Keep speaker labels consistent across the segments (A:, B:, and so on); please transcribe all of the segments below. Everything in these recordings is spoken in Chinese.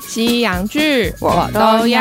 A: 西洋剧
B: 我都要。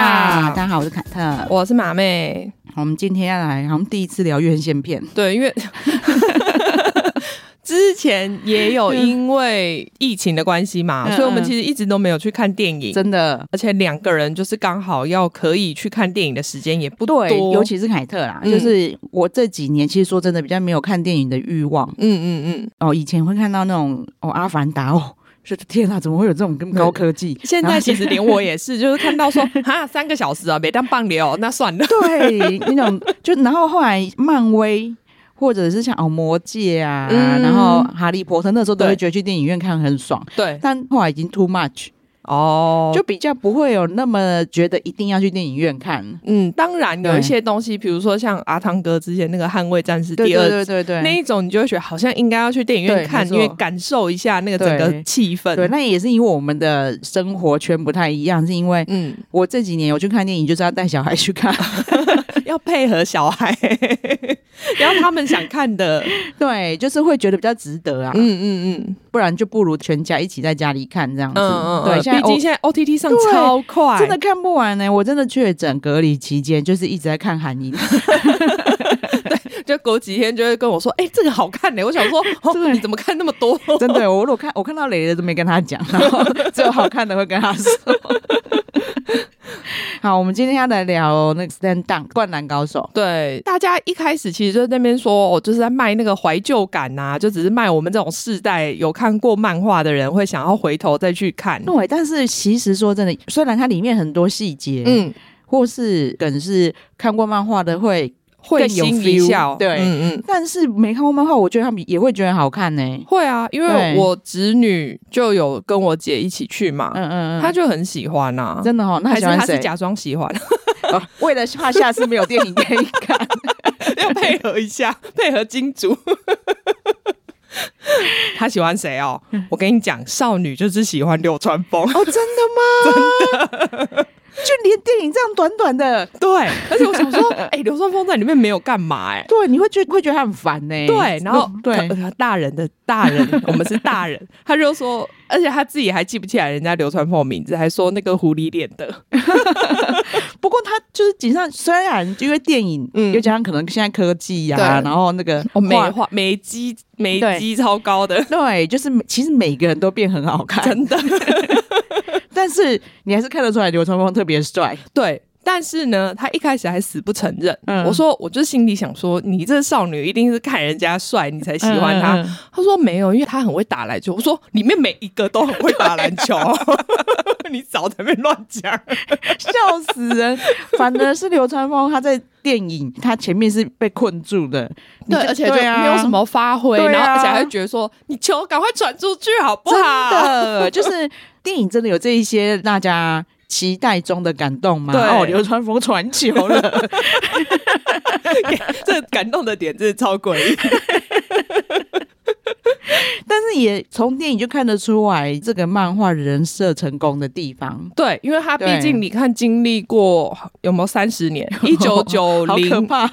B: 大家好，我是凯特。
A: 我是马妹，
B: 我们今天要来，我们第一次聊院线片，
A: 对，因为 之前也有因为疫情的关系嘛，
B: 嗯
A: 所以我们其实一直都没有去看电影，
B: 真的
A: 而且两个人就是刚好要可以去看电影的时间也不多，
B: 对，尤其是凯特啦，
A: 嗯
B: 就是我这几年其实说真的比较没有看电影的欲望
A: 嗯嗯嗯，
B: 哦，以前会看到那种哦《阿凡达》哦。是天啊，怎么会有这种跟高科技？
A: 现
B: 然
A: 在
B: 后
A: 其实连我也 是，就是看到说哈三个小时啊，没当棒流，那算了，
B: 对，那种 就然后后来漫威或者是像哦魔戒啊，
A: 嗯
B: 然后哈利波特那时候都
A: 对
B: 会觉得去电影院看很爽，
A: 对，
B: 但后来已经 too much，
A: 哦，
B: 就比较不会有那么觉得一定要去电影院看。
A: 嗯，当然有
B: 对
A: 一些东西，比如说像阿汤哥之前那个《捍卫战士》
B: 对
A: 第二
B: 对
A: 季
B: 对对对，
A: 那一种，你就会觉得好像应该要去电影院
B: 对
A: 看
B: 没，错
A: 因为感受一下那个整个
B: 对
A: 气
B: 对，
A: 氛。
B: 那也是因为我们的生活圈不太一样，是因为
A: 嗯，
B: 我这几年我去看电影就是要带小孩去 看，
A: 要配合小孩， 然后他们想看的，
B: 对，就是会觉得比较值得啊，
A: 嗯嗯嗯
B: 不然就不如全家一起在家里看这样
A: 嗯
B: 子。
A: 嗯，
B: 对，
A: 嗯
B: 现在
A: 毕
B: 我
A: 竟现在 OTT 上
B: 对
A: 超快，
B: 真的看不完呢、我真的确诊隔离期间就是一直在看韩 影，
A: 就隔几天就会跟我说，哎，这个好看呢。我想说，哦，
B: 对
A: 你怎么看那么多？
B: 真的，我如果看我看到雷的都没跟他讲，然后只有好看的会跟他 说。好，我们今天要来聊那个 Stand Down 灌篮高手，
A: 对，大家一开始其实就在那边说，哦，就是在卖那个怀旧感呐、就只是卖我们这种世代有看过漫画的人会想要回头再去看。
B: 对，但是其实说真的，虽然它里面很多细节，
A: 嗯，
B: 或是梗是看过漫画的会，
A: 会
B: 更有
A: 心一
B: feel，
A: 笑。
B: 对
A: 嗯嗯，
B: 但是没看过漫画，我觉得他们也会觉得好看呢、
A: 会啊，因为
B: 对
A: 我侄女就有跟我姐一起去嘛，
B: 嗯嗯嗯，
A: 她就很喜欢呐、
B: 真的哦，那
A: 还
B: 喜
A: 是
B: 欢
A: 她是
B: 谁？
A: 假装喜欢，
B: 哦为了怕下次没有电影可以看，
A: 要配合 一下，配合金主。 她喜欢谁哦？
B: 嗯
A: 我跟你讲，少女就是喜欢流川枫。
B: 哦，真的吗？真的， 就连电影这样短短的，
A: 对，而且我 想说，哎、流川枫在里面没有干嘛、哎，
B: 对，你会觉得会觉得他很烦呢、
A: 对，然后
B: 对
A: 他，他大人的大 人，我们是大人，他就说，而且他自己还记不起来人家流川枫的名字，还说那个狐狸脸的，
B: 不过他就是井上，虽然因为电影，
A: 嗯
B: 又加上可能现在科技呀、
A: 对
B: 然后那个
A: 哦，美
B: 画
A: 化美肌美
B: 对
A: 肌超高的，
B: 对，就是其实每个人都变很好看，
A: 真的，
B: 但是你还是看得出来流川枫特别帅。
A: 对。但是呢，他一开始还死不承认。
B: 嗯
A: 我说，我就心里想说，你这少女一定是看人家帅，你才喜欢他。
B: 嗯嗯嗯
A: 他说没有，因为他很会打篮 球。我说里面每一个都很会打篮球，你少在那边乱讲。
B: 笑死人！反而是流川枫，他在电影他前面是被困住的，你
A: 对，
B: 就
A: 而且就
B: 对啊
A: 没有什么发挥，
B: 对啊
A: 然后而且还会觉得说，你球赶快传出去好不
B: 真
A: 好？
B: 的， 就是电影真的有这一些大家期待中的感动吗？
A: 对
B: 哦，流川枫传球 了，
A: 这感动的点真是超诡异。
B: 但是也从电影就看得出来这个漫画人设成功的地方。
A: 对，因为他毕
B: 对
A: 竟你看经历过有没有三十 年，一九九
B: 好可
A: 零，
B: 怕！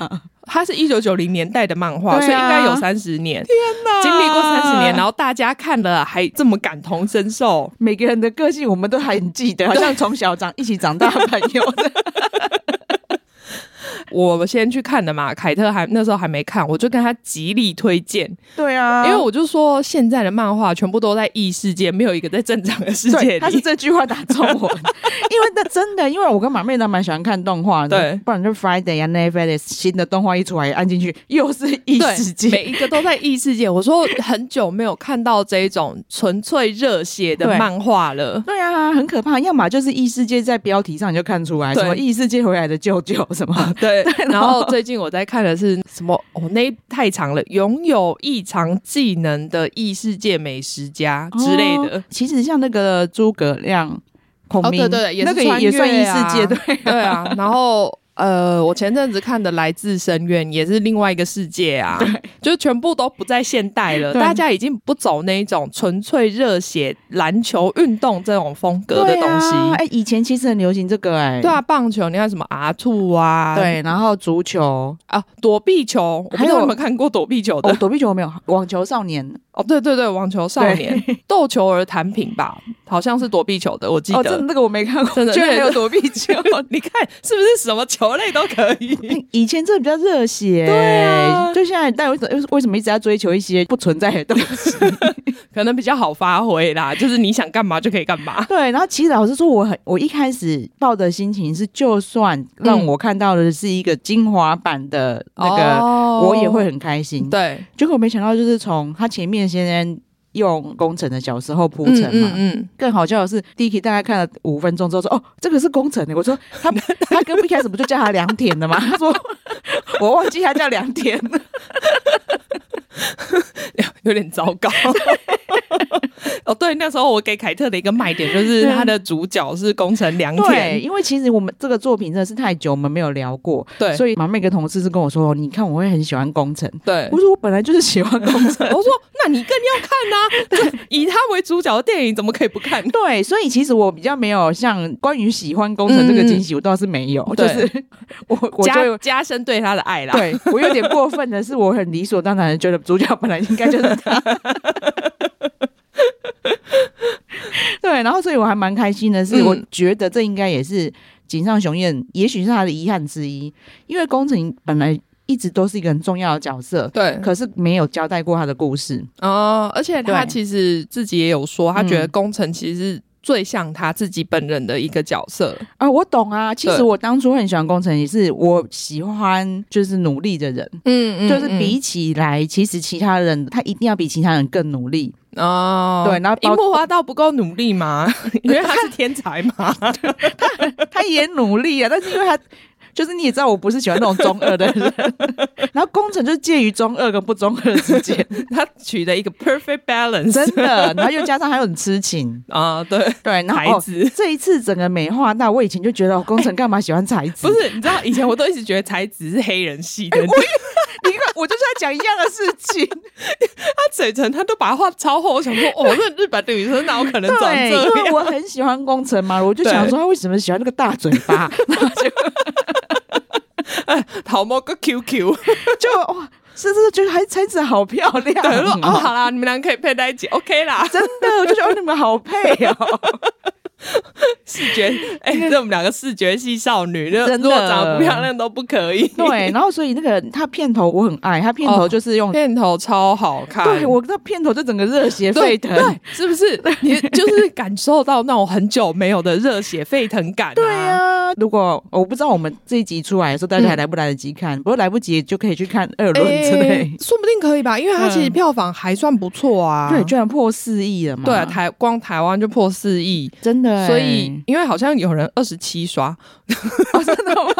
A: 它是一九九零年代的漫画，
B: 对啊
A: 所以应该有三十年，经历过三十年，然后大家看了还这么感同身受。
B: 每个人的个性我们都还很记得，好像从小长一起长大的朋 友。
A: 我先去看的嘛，凯特还那时候还没看，我就跟他极力推荐，
B: 对啊，
A: 因为我就说现在的漫画全部都在异世界，没有一个在正常的世界
B: 对，
A: 里。
B: 他是这句话打中我， 因为那真的，因为我跟马妹都蛮喜欢看动画的，
A: 对
B: 不然就 Friday 啊 Netflix 新的动画一出来，按进去又是异
A: 对，
B: 世 界，
A: 每一个都在异世界。我说很久没有看到这种纯粹热血的
B: 对
A: 漫画了。
B: 对啊，很可怕。要么就是异世界，在标题上你就看出来，
A: 对
B: 什么异世界回来的舅舅什么，
A: 对，然
B: 然
A: 后
B: 后
A: 最近我在看的是什么？哦，那太长了，拥有异常技能的异世界美食家之类的
B: 哦。其实像那个诸葛亮、孔明，
A: 哦对对也是
B: 那个也也算
A: 穿越
B: 异
A: 啊
B: 世界，对啊、
A: 对啊，然后呃，我前阵子看的《来自深渊》也是另外一个世界啊，就是全部都不在现代了，
B: 对
A: 大家已经不走那一种纯粹热血篮球运动这种风格的
B: 对
A: 东西。
B: 啊哎、以前其实很流行这个、哎，
A: 对啊，棒球，你看什么 R two 啊，
B: 对，然后足球，
A: 啊，躲避球，我不知
B: 还
A: 道
B: 有
A: 你有没有看过躲避球的
B: 哦，躲避球我没有，网球少年，
A: 哦，对对对，网球少年斗球儿弹品吧，好像是躲避球的，我记
B: 哦，
A: 得。
B: 真的那个我没看过，
A: 真的
B: 居然
A: 那
B: 还
A: 个
B: 有躲避球。
A: 你看是不是什么球类都可以？
B: 哎以前真的比较热血，
A: 对啊
B: 就现在但为什么为什么一直在追求一些不存在的东 西？
A: 可能比较好发挥啦，就是你想干嘛就可以干嘛。
B: 对，然后其实老实说，我很我一开始抱的心情是，就算让我看到的是一个精华版的那个，
A: 哦
B: 我也会很开心。
A: 对
B: 结果没想到，就是从他前面先用工程的小时候铺陈嘛。
A: 嗯
B: 更好笑的是，Dicky 大概看了五分钟之后说：“哦，这个是工程的。”我说：“他 他跟一开始不就叫他良田的吗？”他说：“ 我忘记他叫良田了。
A: 嗯有点糟糕。 哦，对，那时候我给凯特的一个卖点就是
B: 对啊
A: 他的主角是工程良”
B: 对，
A: 田，
B: 因为其实我们这个作品真的是太久我们没有聊过，
A: 对
B: 所以马妹跟同事是跟我说：“哦你看，我会很喜欢工程。”
A: 对
B: 我。说我本来就是喜欢工程。
A: 我说，那你更要看呐、这以他为主角的电影怎么可以不看？
B: 对，所以其实我比较没有像关于喜欢工程这个惊喜，我倒是没有，就
A: 对
B: 是我我就
A: 加加深对他的爱啦。
B: 对我有点过分的是，我很理所当然的觉得主角本来应该就是他。对，然后所以我还蛮开心的是，
A: 嗯
B: 我觉得这应该也是井上雄彦，也许是他的遗憾之一，因为工程本来一直都是一个很重要的角色，
A: 对，
B: 可是没有交代过他的故事。
A: 哦，而且他
B: 对
A: 其实自己也有说，他觉得
B: 嗯
A: 工程其实是最像他自己本人的一个角色。
B: 啊，我懂啊。其实
A: 对
B: 我当初很喜欢工程，也是我喜欢就是努力的人，
A: 嗯
B: 就是比起来，其实其他人他一定要比其他人更努力。
A: 哦，
B: 对然后包
A: 樱木花道不够努力吗？ 因为他是天才嘛。
B: 他也努力啊，但是因为他。就是你也知道，我不是喜欢那种中二的 人，然后工程就介于中二跟不中二之 间，
A: 他取得一个 perfect balance，
B: 真的。然后又加上还有很痴情，
A: 啊、对，
B: 对，然后
A: 才
B: 哦
A: 子。
B: 这一次整个美化到，我以前就觉得哦工程干嘛喜欢才子？
A: 不是，你知道以前我都一直觉得才子是黑人系
B: 哎
A: 的，
B: 你看，我就是在讲一样的事 情，
A: 他嘴唇他都把它画超厚，我想说， 哦，这日本的女生哪有可能长
B: 对，
A: 这
B: 因为
A: 样？
B: 我很喜欢工程嘛，我就
A: 对
B: 想说他为什么喜欢那个大嘴 巴，然后就
A: 桃猫个 QQ，
B: 就哇，是是，就是还才子好漂亮、
A: 对，我说哦，
B: 哦。
A: 好啦，你们俩可以配在一起，OK 啦，
B: 真的，我就觉得哦你们好配哦！
A: 视觉， 哎、这我们两个视觉系少女，就
B: 真的
A: 如果长得不漂亮都不可以。
B: 对，然后所以那个他片头我很爱，他片头
A: 哦
B: 就是用，
A: 片头超好看，
B: 对我那片头就整个热血沸腾。 啊
A: 对，对是不是？你就是感受到那种很久没有的热血沸腾感、啊。
B: 对 啊，如果我不知道我们这一集出来的时候，大家还
A: 嗯
B: 来不来得及看？不过来不及就可以去看二
A: 哎，
B: 轮之类。
A: 说不定可以吧，因为它其实票房还算不错啊。
B: 对，居然破四亿了嘛！
A: 对啊，台光台湾就破四亿，
B: 真的欸，
A: 所以因为好像有人二十七刷，
B: 哦，真的吗？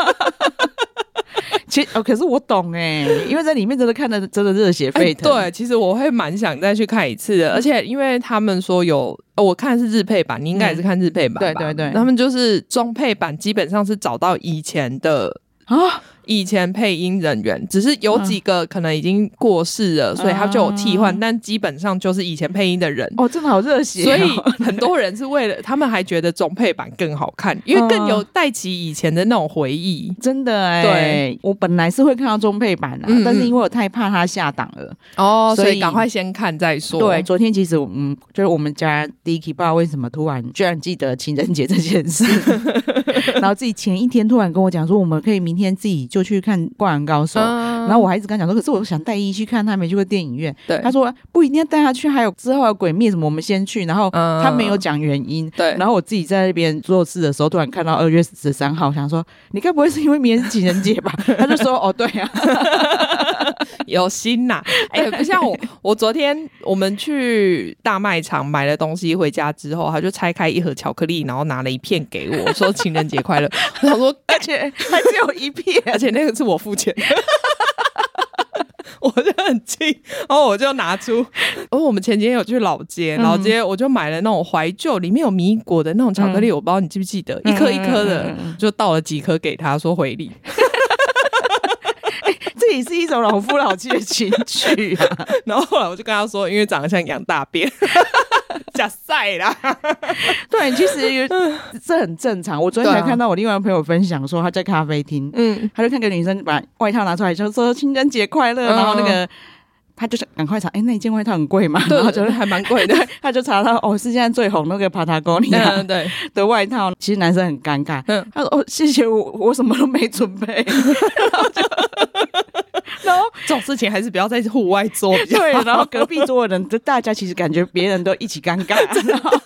B: 其实哦，可是我懂哎，因为在里面真的看的真的热血
A: 哎
B: 沸腾。
A: 对，其实我会蛮想再去看一次的，而且因为他们说有，呃我看的是日配版，你应该也是看日配版吧、
B: 嗯对对对
A: 他们就是中配版基本上是找到以前的。
B: 啊，
A: 以前配音人员只是有几个可能已经过世了，所以他就有替换，
B: 啊
A: 但基本上就是以前配音的人。
B: 哦，真的好热血哦，
A: 所以 很多人是为了他们还觉得中配版更好看，因为更有带起以前的那种回忆。
B: 真的哎、
A: 对
B: 我本来是会看到中配版啊，
A: 嗯嗯
B: 但是因为我太怕它下档了。
A: 哦
B: 所以
A: 所以赶快先看再说。
B: 对，，昨天其实我嗯，就是我们家 Dicky 不知道为什么突然居然记得情人节这件 事，然后自己前一天突然跟我讲说，我们可以明天自己就去看《灌篮高手》
A: 嗯
B: 然后我还一直跟他讲说，可是我想带依依去看，他没去过电影院。
A: 对
B: 他说不一定要带他去，还有之后还有鬼灭什么，我们先去。然后
A: 嗯
B: 他没有讲原因。
A: 对
B: 然后我自己在那边做事的时候，突然看到二月十三号，想说你该不会是因为明天是情人节吧？他就说哦，对啊，
A: 有心呐、哎、不像我，我昨天我们去大卖场买了东西回家之后，他就拆开一盒巧克力，然后拿了一片给我，说情人节快乐。我想说，
B: 而且还只有一片。
A: 而且那个是我付钱的。 我就很气，然后我就拿出，哦，我们前几天有去老街，
B: 嗯
A: 老街我就买了那种怀旧，里面有米果的那种巧克力，我不知道你记不记得，一颗一颗
B: 嗯嗯
A: 的
B: 嗯嗯，
A: 就倒了几颗给他说回礼，
B: 这也是一种老夫老妻的情趣啊！
A: 然后后来我就跟他说，因为长得像羊大 便，假赛啦，
B: 对，其实 有这很正常。我昨天才
A: 对啊
B: 看到我另外一个朋友分享说，他在咖啡厅，
A: 嗯，
B: 他就看个女生把外套拿出来，就说“情人节快乐”，
A: 嗯
B: 然后那个。他就是赶快查，哎、那一件外套很贵嘛，
A: 对
B: 然后，就
A: 就是还蛮贵的。
B: 他就查到哦，是现在最红那个 Patagonia
A: 嗯，对，
B: 的外套。其实男生很尴尬，
A: 嗯
B: 他说哦，谢谢我，我什么都没准备。然后
A: 这种事情还是不要在户外做比
B: 就
A: 较
B: 对，
A: 好。
B: 然后隔壁桌的人，就大家其实感觉别人都一起尴尬。 然后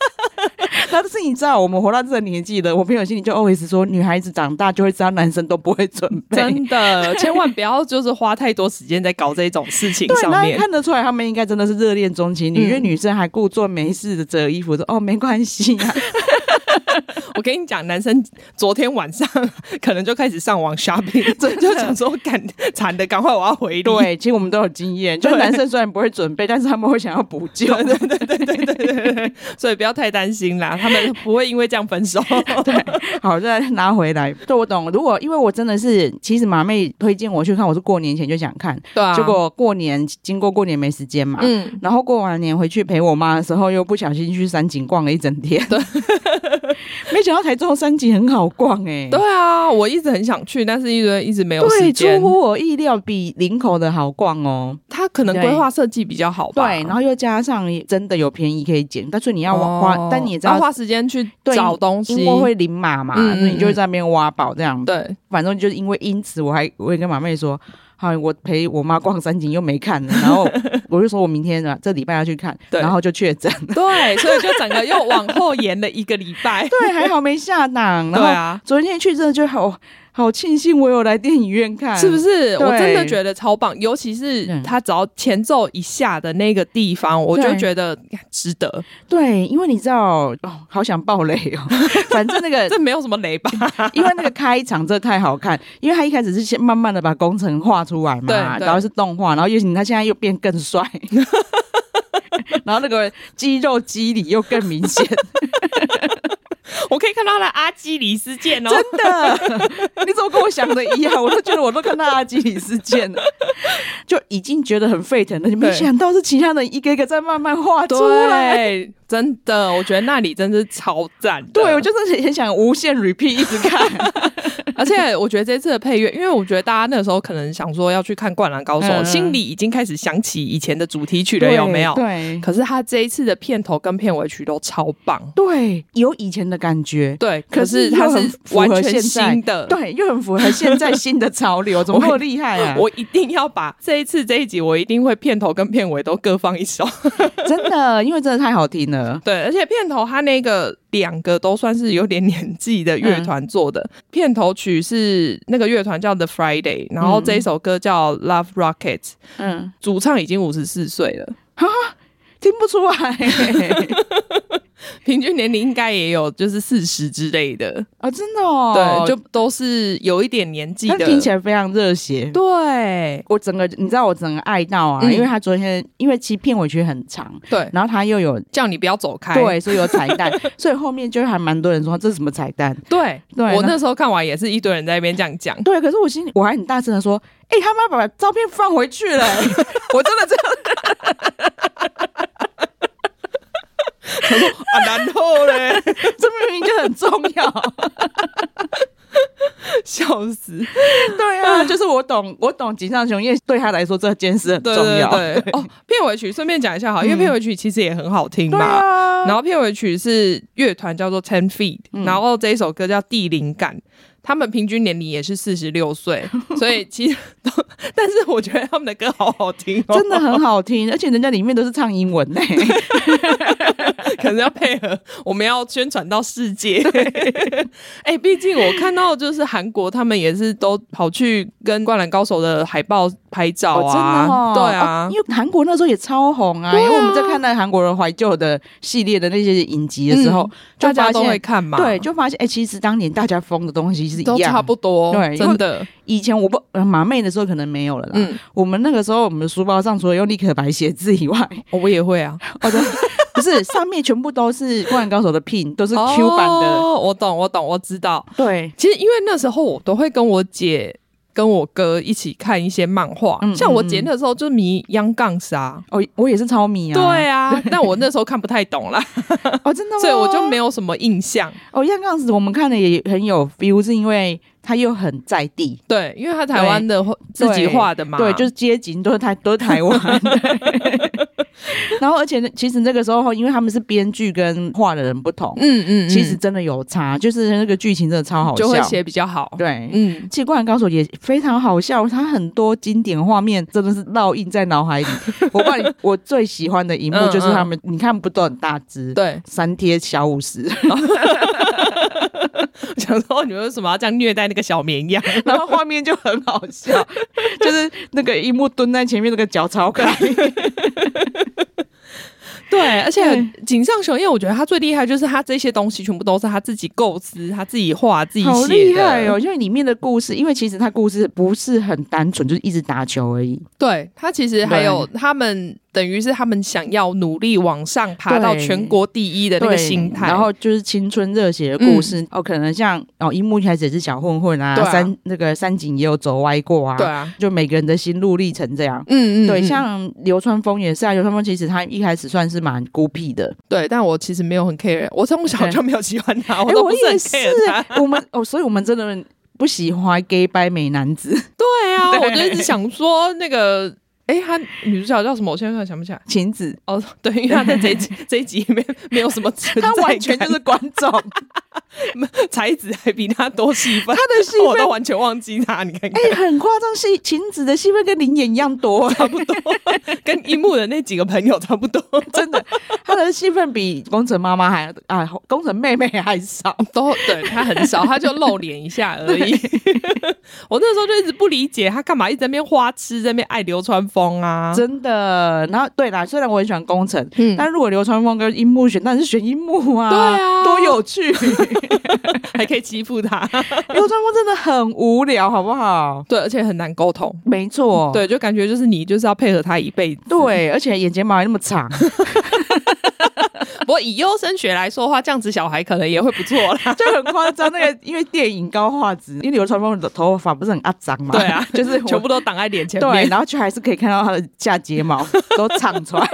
B: 但是你知道，我们活到这个年纪的，我朋友心里就 always 说，女孩子长大就会知道男生都不会准备。
A: 真的，千万不要就是花太多时间在搞这种事情
B: 对，
A: 上
B: 那
A: 面。
B: 看得出来他们应该真的是热恋中情侣，
A: 嗯
B: 因为女生还故作没事的折衣服说：“哦，没关系 啊。
A: 我跟你讲，男生昨天晚上 可能就开始上网 shopping，就想说赶惨的，赶快我要回礼。”
B: 对，其实我们都有经验，就是
A: 对
B: 男生虽然不会准备，但是他们会想要补 救。
A: 对对对对对对对，所以不要太担心啦，他们不会因为这样分手。
B: 好，再拿回来。对，我懂。如果因为我真的是，其实马妹推荐我去看，我是过年前就想看，
A: 对 啊
B: 结果过年经过过年没时间嘛。
A: 嗯，
B: 然后过完年回去陪我妈的时候，又不小心去山景逛了一整天。对， 没想到台中山景很好逛哎、
A: 对啊，我一直很想去，但是一直一直没有时
B: 对，出
A: 间。
B: 乎我意料，比林口的好逛哦。
A: 他可能规划设计比较好吧。
B: 对，然后又加上真的有便宜可以捡，但是你要
A: 哦
B: 花，但你也知道
A: 要，花时间去
B: 对
A: 找东西
B: 因。为会领马嘛，
A: 嗯
B: 所以你就
A: 嗯
B: 会在那边挖宝这样。
A: 对，
B: 反正就是因为因此，我还我也跟马妹说，好，我陪我妈逛山景又没看了，然后 我就说我明天啊这礼拜要去看，
A: 对
B: 然后就确诊。
A: 对，所以就整个又往后延了一个礼 拜。
B: 对，还好没下 档。
A: 对
B: 然后
A: 啊，
B: 昨天去真的就好好庆幸我有来电影院看，
A: 是不？是？
B: 对
A: 我真的觉得超棒，尤其是
B: 嗯
A: 他只要前奏一下的那个地方，我就
B: 对
A: 觉得哎值得。
B: 对，因为你知道，哦，好想爆雷 哦。反正那个
A: 这没有什么雷吧？
B: 因为那个开场真的太好看，因为他一开始是先慢慢的把工程画出来嘛，
A: 对对
B: 然后是动画，然后尤其他现在又变更帅， 然后那个肌肉肌理又更明显，
A: 我可以看到他的阿基里斯腱哦，
B: 真的， 你怎么跟我想的一样？我都觉得我都看到阿基里斯腱了，就已经觉得很沸腾了，你没
A: 对
B: 想到是其他人一个一个在慢慢画出来。
A: 对，真的，我觉得那里真是超赞的。
B: 对，啊我就是很想无限 repeat 一直 看，
A: 而且我觉得这次的配乐，因为我觉得大家那时候可能想说要去看《灌篮高手》
B: 嗯
A: 心里已经开始想起以前的主题曲了，有没有？
B: 对
A: 可是他这一次的片头跟片尾曲都超棒，
B: 对，有以前的感觉，
A: 对。可
B: 可是
A: 是它
B: 它
A: 是
B: 是
A: 完
B: 完
A: 全
B: 全
A: 新
B: 新
A: 的，。
B: 对，又很符合现在新的潮 流，怎么那么厉害啊？
A: 我一定要把这一次这一集，我一定会片头跟片尾都各放一首。
B: 真的，因为真的太好听了。
A: 对，而且片头它那个两个都算是有点年纪的乐团做的，
B: 嗯
A: 片头曲是那个乐团叫 The Friday，然后这一首歌叫 Love Rocket，、
B: 嗯，
A: 主唱已经五十四岁了，
B: 听不出 来
A: 平均年龄应该也有就是四十之类的，
B: 啊，真的哦。
A: 对，就都是有一点年纪
B: 他
A: 的，
B: 听起来非常热血。
A: 对
B: 我整个，你知道我整个爱到啊，
A: 嗯
B: 因为他昨天，因为其实片尾曲很长，
A: 对，
B: 然后他又有
A: 叫你不要走开，
B: 对， 所以有彩蛋，所以后面就还蛮多人说这是什么彩蛋。
A: 对，
B: 对
A: 我
B: 那
A: 那时候看完也是一堆人在那边这样 讲，
B: 对，可是我心里我还很大声的说，哎、他妈把照片放回去了、欸 我真的这
A: 啊，然后嘞。
B: 这明明就很重要。
A: 笑死！
B: 对啊，就是我懂，我懂井上雄彦对他来说这件事很重
A: 对对
B: 要。
A: 对对哦，片尾曲顺便讲一下好，因为
B: 嗯
A: 片尾曲其实也很好听
B: 对
A: 嘛。
B: 啊，
A: 然后片尾曲是乐团叫做 Ten Feet，、
B: 嗯
A: 然后这一首歌叫《地灵感》，他们平均年龄也是四十六岁，所以其实都， 但是我觉得他们的歌好好听哦，
B: 真的很好听，而且人家里面都是唱英文呢、
A: 可能要配合我们要宣传到世界。 哎、毕竟我看到就是韩国他们也是都跑去跟《灌篮高手》的海报拍照
B: 真
A: 啊，
B: 的哦，
A: 对啊
B: 哦，因为韩国那时候也超红啊，
A: 对啊
B: 因为我们在看那韩国人怀旧的系列的那些影集的时候，
A: 嗯
B: 就
A: 大家
B: 发
A: 都会
B: 现。
A: 看嘛，
B: 对，就发现哎、其实当年大家疯的东西是一
A: 都
B: 样，
A: 差不多，
B: 对
A: 真的，
B: 以前我不呃马妹的时候可能没有了啦。
A: 嗯，
B: 我们那个时候，我们的书包上除了用立可白写字 以外，
A: 我也会啊，
B: 哦对，不是上面全部都是《灌篮高手》的 pin，都是
A: 哦
B: Q 版的。
A: 哦我懂，我懂，我知道。
B: 对，
A: 其实因为那时候我都会跟我姐跟我哥一起看一些漫画，
B: 嗯
A: 像我
B: 嗯
A: 姐
B: 嗯
A: 那时候就迷《央杠杀
B: 哦，我也是超迷》，啊，
A: 对啊，但我那时候看不太懂 啦，
B: 哦，真的吗？
A: 所以我就没有什么印象。
B: 哦，像这样子，我们看的也很有 feel，是因为它又很在地，
A: 对，因为他台湾的自己画的嘛，
B: 对，就是街景都是 台都是台湾。对 然后，而且呢其实那个时候，因为他们是编剧跟画的人不同，
A: 嗯嗯，嗯
B: 其实真的有差，就是那个剧情真的超好笑，
A: 就会写比较好。
B: 对。
A: 嗯，
B: 其实《灌篮高手》也非常好笑，它很多经典画面真的是烙印在脑海 里。我告诉你，我最喜欢的一幕就是他们，你看不都很大只，
A: 对，
B: 三贴小五 十，
A: 我想说你们为什么要这样虐待那个小绵羊？
B: 然后画面就很好笑，就是那个樱木蹲在前面，那个脚超 开，
A: 对，而且
B: 对
A: 井上雄彦，我觉得他最厉害就是他这些东西全部都是他自己构思、他自己画、自己
B: 好
A: 写
B: 厉
A: 的。
B: 害哦！因为里面的故事，因为其实他故事不是很单纯，就是一直打球而已。
A: 对他其实还有他们等于是他们想要努力往上爬到
B: 对
A: 全国第一的那个
B: 对
A: 心态，
B: 然后就是青春热血的故事、哦，可能像哦，樱木一开始也是小混混啊，
A: 对啊
B: 三那个三井也有走歪过啊，
A: 对啊，
B: 就每个人的心路历程这样。
A: 嗯嗯，
B: 对，
A: 嗯
B: 像流川枫也是啊，流川枫其实他一开始算是蛮孤僻的，
A: 对，但我其实没有很 care，我从小就没有喜欢他，
B: 哎
A: 哦都不是
B: 也
A: 很
B: 是
A: care 他。
B: 我们哦，所以我们真的不喜欢 gay 掰美男子，
A: 对啊，
B: 对
A: 我就一直想说那个。哎，他女主角叫什么？我现在突然想不起来。
B: 晴子，
A: 哦，对，因为他在这一 集这一集里面没有什么存在
B: 他
A: 感，
B: 完全 就是观 众，哎、
A: 才子还比他多戏
B: 他
A: 份，
B: 的戏份
A: 我都完全忘记他。你看看，
B: 很夸张，戏晴子的戏份跟林演一样多、
A: 差不 多跟樱木的那几个朋友差不多，
B: 真的，他的戏份比工程妈妈还啊，工程妹妹还少。
A: 都对他很少，他就露脸一下而已。 我那时候就一直不理解他干嘛一直在那边花痴，在那边爱流川枫啊。
B: 真的，然后对啦，虽然我很喜欢工程，
A: 嗯
B: 但如果流川枫跟樱木选，当然是选樱木啊，
A: 对啊
B: 多有趣！ 流川
A: 还可以欺负他，
B: 枫真的很无聊，好不好？
A: 对，而且很难沟通，
B: 没错，
A: 对，就感觉就是你就是要配合他一辈子。
B: 对，而且眼睫毛还那么长，
A: 不过以优生学来说的话，这样子小孩可能也会不错啦。
B: 就很夸张。那个因为电影高画质，因为流川枫的头发不是很阿脏嘛，，
A: 对 啊
B: 就是我
A: 全部都挡在脸前
B: 对，
A: 面。
B: 然后就还是可以看到他的下睫 毛都长出来。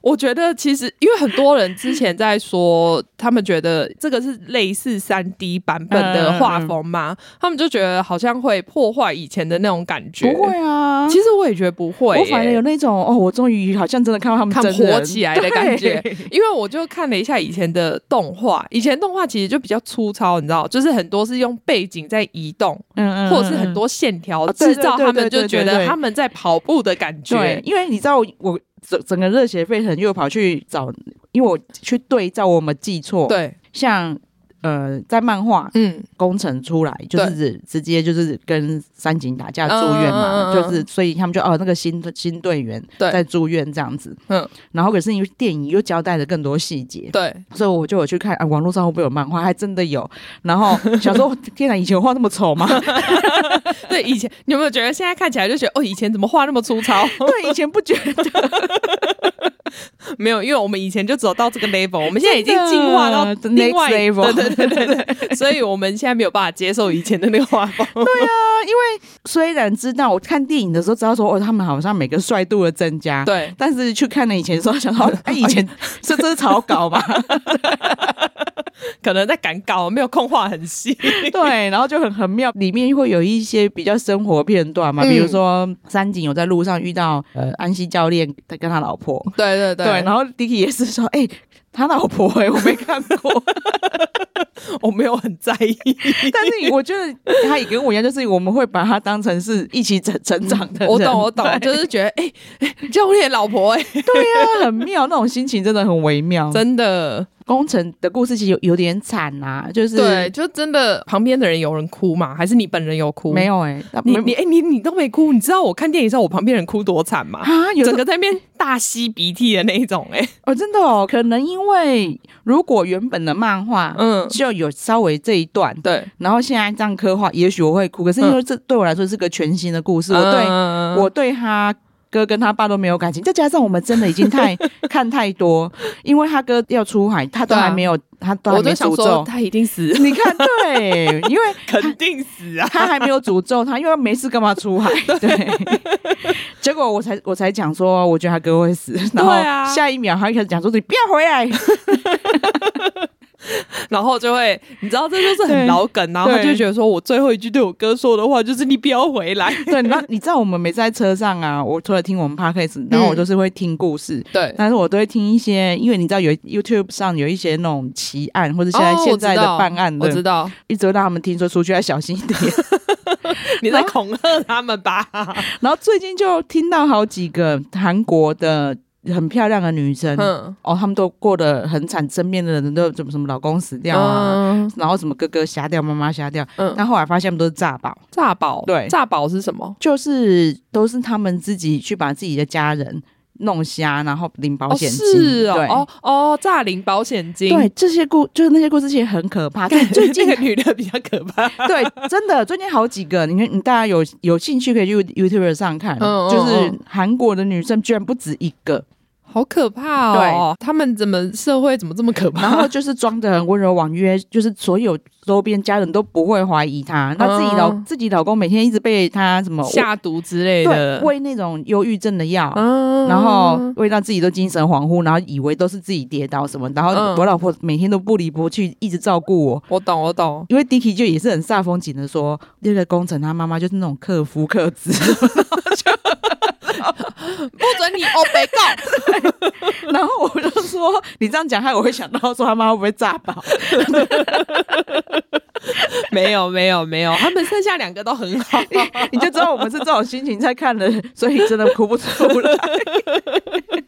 A: 我觉得其实因为很多人之前在说，他们觉得这个是类似三 D 版本的画风嘛，他们就觉得好像会破坏以前的那种感觉。
B: 不会，啊，
A: 其实我也觉得不会、
B: 我反而有那种哦，我终于好像真的看到他们
A: 看
B: 真人
A: 火起来的感 觉
B: 对，
A: 因为我就看了一下以前的动画，以前动画其实就比较粗糙，你知道，就是很多是用背景在移动，
B: 嗯嗯，
A: 或者是很
B: 嗯。
A: 多线条
B: 哦对
A: 制
B: 对
A: 造
B: 对
A: 他
B: 对
A: 们就
B: 对
A: 觉
B: 对
A: 得
B: 对
A: 他们在跑步的感
B: 对
A: 觉，。
B: 因为你知道我我整整个热血沸腾，又跑去找，因为我去对照我们记错，，
A: 对，
B: 像呃，在漫画
A: 嗯，
B: 工程出来，就是直直接就是跟三井打架住院嘛，
A: 嗯嗯嗯嗯
B: 就是所以他们就哦那个新新队员
A: 对
B: 在住院这样子，
A: 嗯，
B: 然后可是因为电影又交代了更多细节，
A: 对，
B: 所以我就有去看啊，网络上会不会有漫画？还真的有。然后想说， 天哪，以前我画那么丑吗？
A: 对，以前你有没有觉得现在看起来就觉得哦，以前怎么画那么粗糙？
B: 对，以前不觉得。
A: 没有，因为我们以前就只有到这个 level，我们现在已经
B: 真的
A: 进化到
B: the
A: 另外
B: next level
A: 对对对对 对，所以我们现在没有办法接受以前的那个画风。
B: 虽然知道我看电影的时候知道说，哦，他们好像每个帅度的增加，。
A: 对，
B: 但是去看了以前的时候，想 到哎，以前这这是草稿吧？
A: 可能在赶稿，没有空画很细。
B: 对，然后就很很妙，里面会有一些比较生活片段嘛，
A: 嗯
B: 比如说三井有在路上遇到呃安西教练跟他老婆，
A: 对对对
B: 对，然后 Dicky 也是说，哎、他老婆哎、我没看过，
A: 我没有很在意。
B: 但是我觉得他也跟我一样，就是我们会把他当成是一起成成长 的人。
A: 我懂，我懂，
B: 对
A: 就是觉得哎、 哎教练老婆哎、
B: 对呀、很妙，那种心情真的很微妙。
A: 真的，
B: 工程的故事其实有有点惨啊，就是
A: 对，就真的旁边的人有人哭嘛？还是你本人有哭？
B: 没。有哎、欸，
A: 你
B: 没
A: 你哎、你你都没哭，你知道我看电影的时候我旁边人哭多 惨吗？
B: 啊，有
A: 整
B: 这个
A: 个在那边大吸鼻涕的那一种、哎，
B: 哦，真的哦，可能因为如果原本的漫画
A: 嗯，
B: 就有稍微这一段。
A: 对，
B: 然后现在这样刻画，也许我会哭。可是因为这对我来说是个全新的故事，我对
A: 嗯嗯
B: 我对他哥跟他爸都没有感情，再加上我们真的已经太看太多，因为他哥要出海，他都
A: 对啊
B: 还没有，他都还
A: 我
B: 没
A: 就想
B: 诅
A: 说
B: 咒。
A: 他一定死，
B: 你看，对，因为
A: 肯定死啊！
B: 他还没有诅咒他，因为没事干嘛出海？对。 结果我才我才讲说，我觉得他哥会死，然后
A: 对啊
B: 下一秒他就开始讲说你不要回来，
A: 然后就会，你知道这就是
B: 对
A: 很老梗，然后他
B: 对
A: 就觉得说我最后一句对我哥说的话就是你不要回来。
B: 对，那你知道我们没在车上啊，我除了听我们 podcast，然后
A: 嗯
B: 我都是会听故事。
A: 对，
B: 但是我都会听一些，因为你知道有 YouTube 上有一些那种奇案，或者现在、
A: 哦我
B: 现
A: 知
B: 在的
A: 道
B: 办案
A: 我知
B: 的，
A: 道
B: 一直会让他们听说出去要小心一点。
A: 你在恐吓他们吧？
B: 然后最近就听到好几个韩国的很漂亮的女生，
A: 嗯，
B: 哦，他们都过得很惨，身边的人都怎么什么老公死掉啊，
A: 嗯
B: 然后什么哥哥瞎掉，妈妈瞎掉，
A: 嗯
B: 但后来发现他们都是诈保，
A: 炸宝，
B: 对
A: 炸宝是什么？
B: 就是都是他们自己去把自己的家人弄瞎，然后领保
A: 哦，
B: 险金，
A: 是
B: 对
A: 哦，哦哦，诈领保险金。
B: 对，这些故就是那些故事其实很可 怕，但最近
A: 这个女的比较可 怕。
B: 对，真的最近好几个，你看你大家有有兴趣可以去 You- YouTube 上看，
A: 嗯嗯
B: 就是
A: 嗯
B: 韩国的女生居然不止一 个，
A: 好可怕哦！他们怎么社会怎么这么可
B: 然后
A: 怕？
B: 就是装的很温柔婉约，就是所有周边家人都不会怀疑她，她自己老、
A: 嗯
B: 自己老公每天一直被她什么
A: 下毒之类
B: 对
A: 的，
B: 喂那种忧郁症的药。
A: 嗯
B: 然后喂到自己都精神恍惚，然后以为都是自己跌倒什么，然后
A: 嗯
B: 我老婆每天都不离不弃，一直照顾我，
A: 我懂，我懂。
B: 因为 Dicky 就也是很煞风景的说，那个工程他妈妈就是那种克夫克 子，
A: 不准你欧北告，
B: 然后我就说你这样讲害我会想到说他妈会不会炸爆？
A: 没有没有没有，他们剩下两个都很好。
B: 你就知道我们是这种心情在看的，所以真的哭不出来。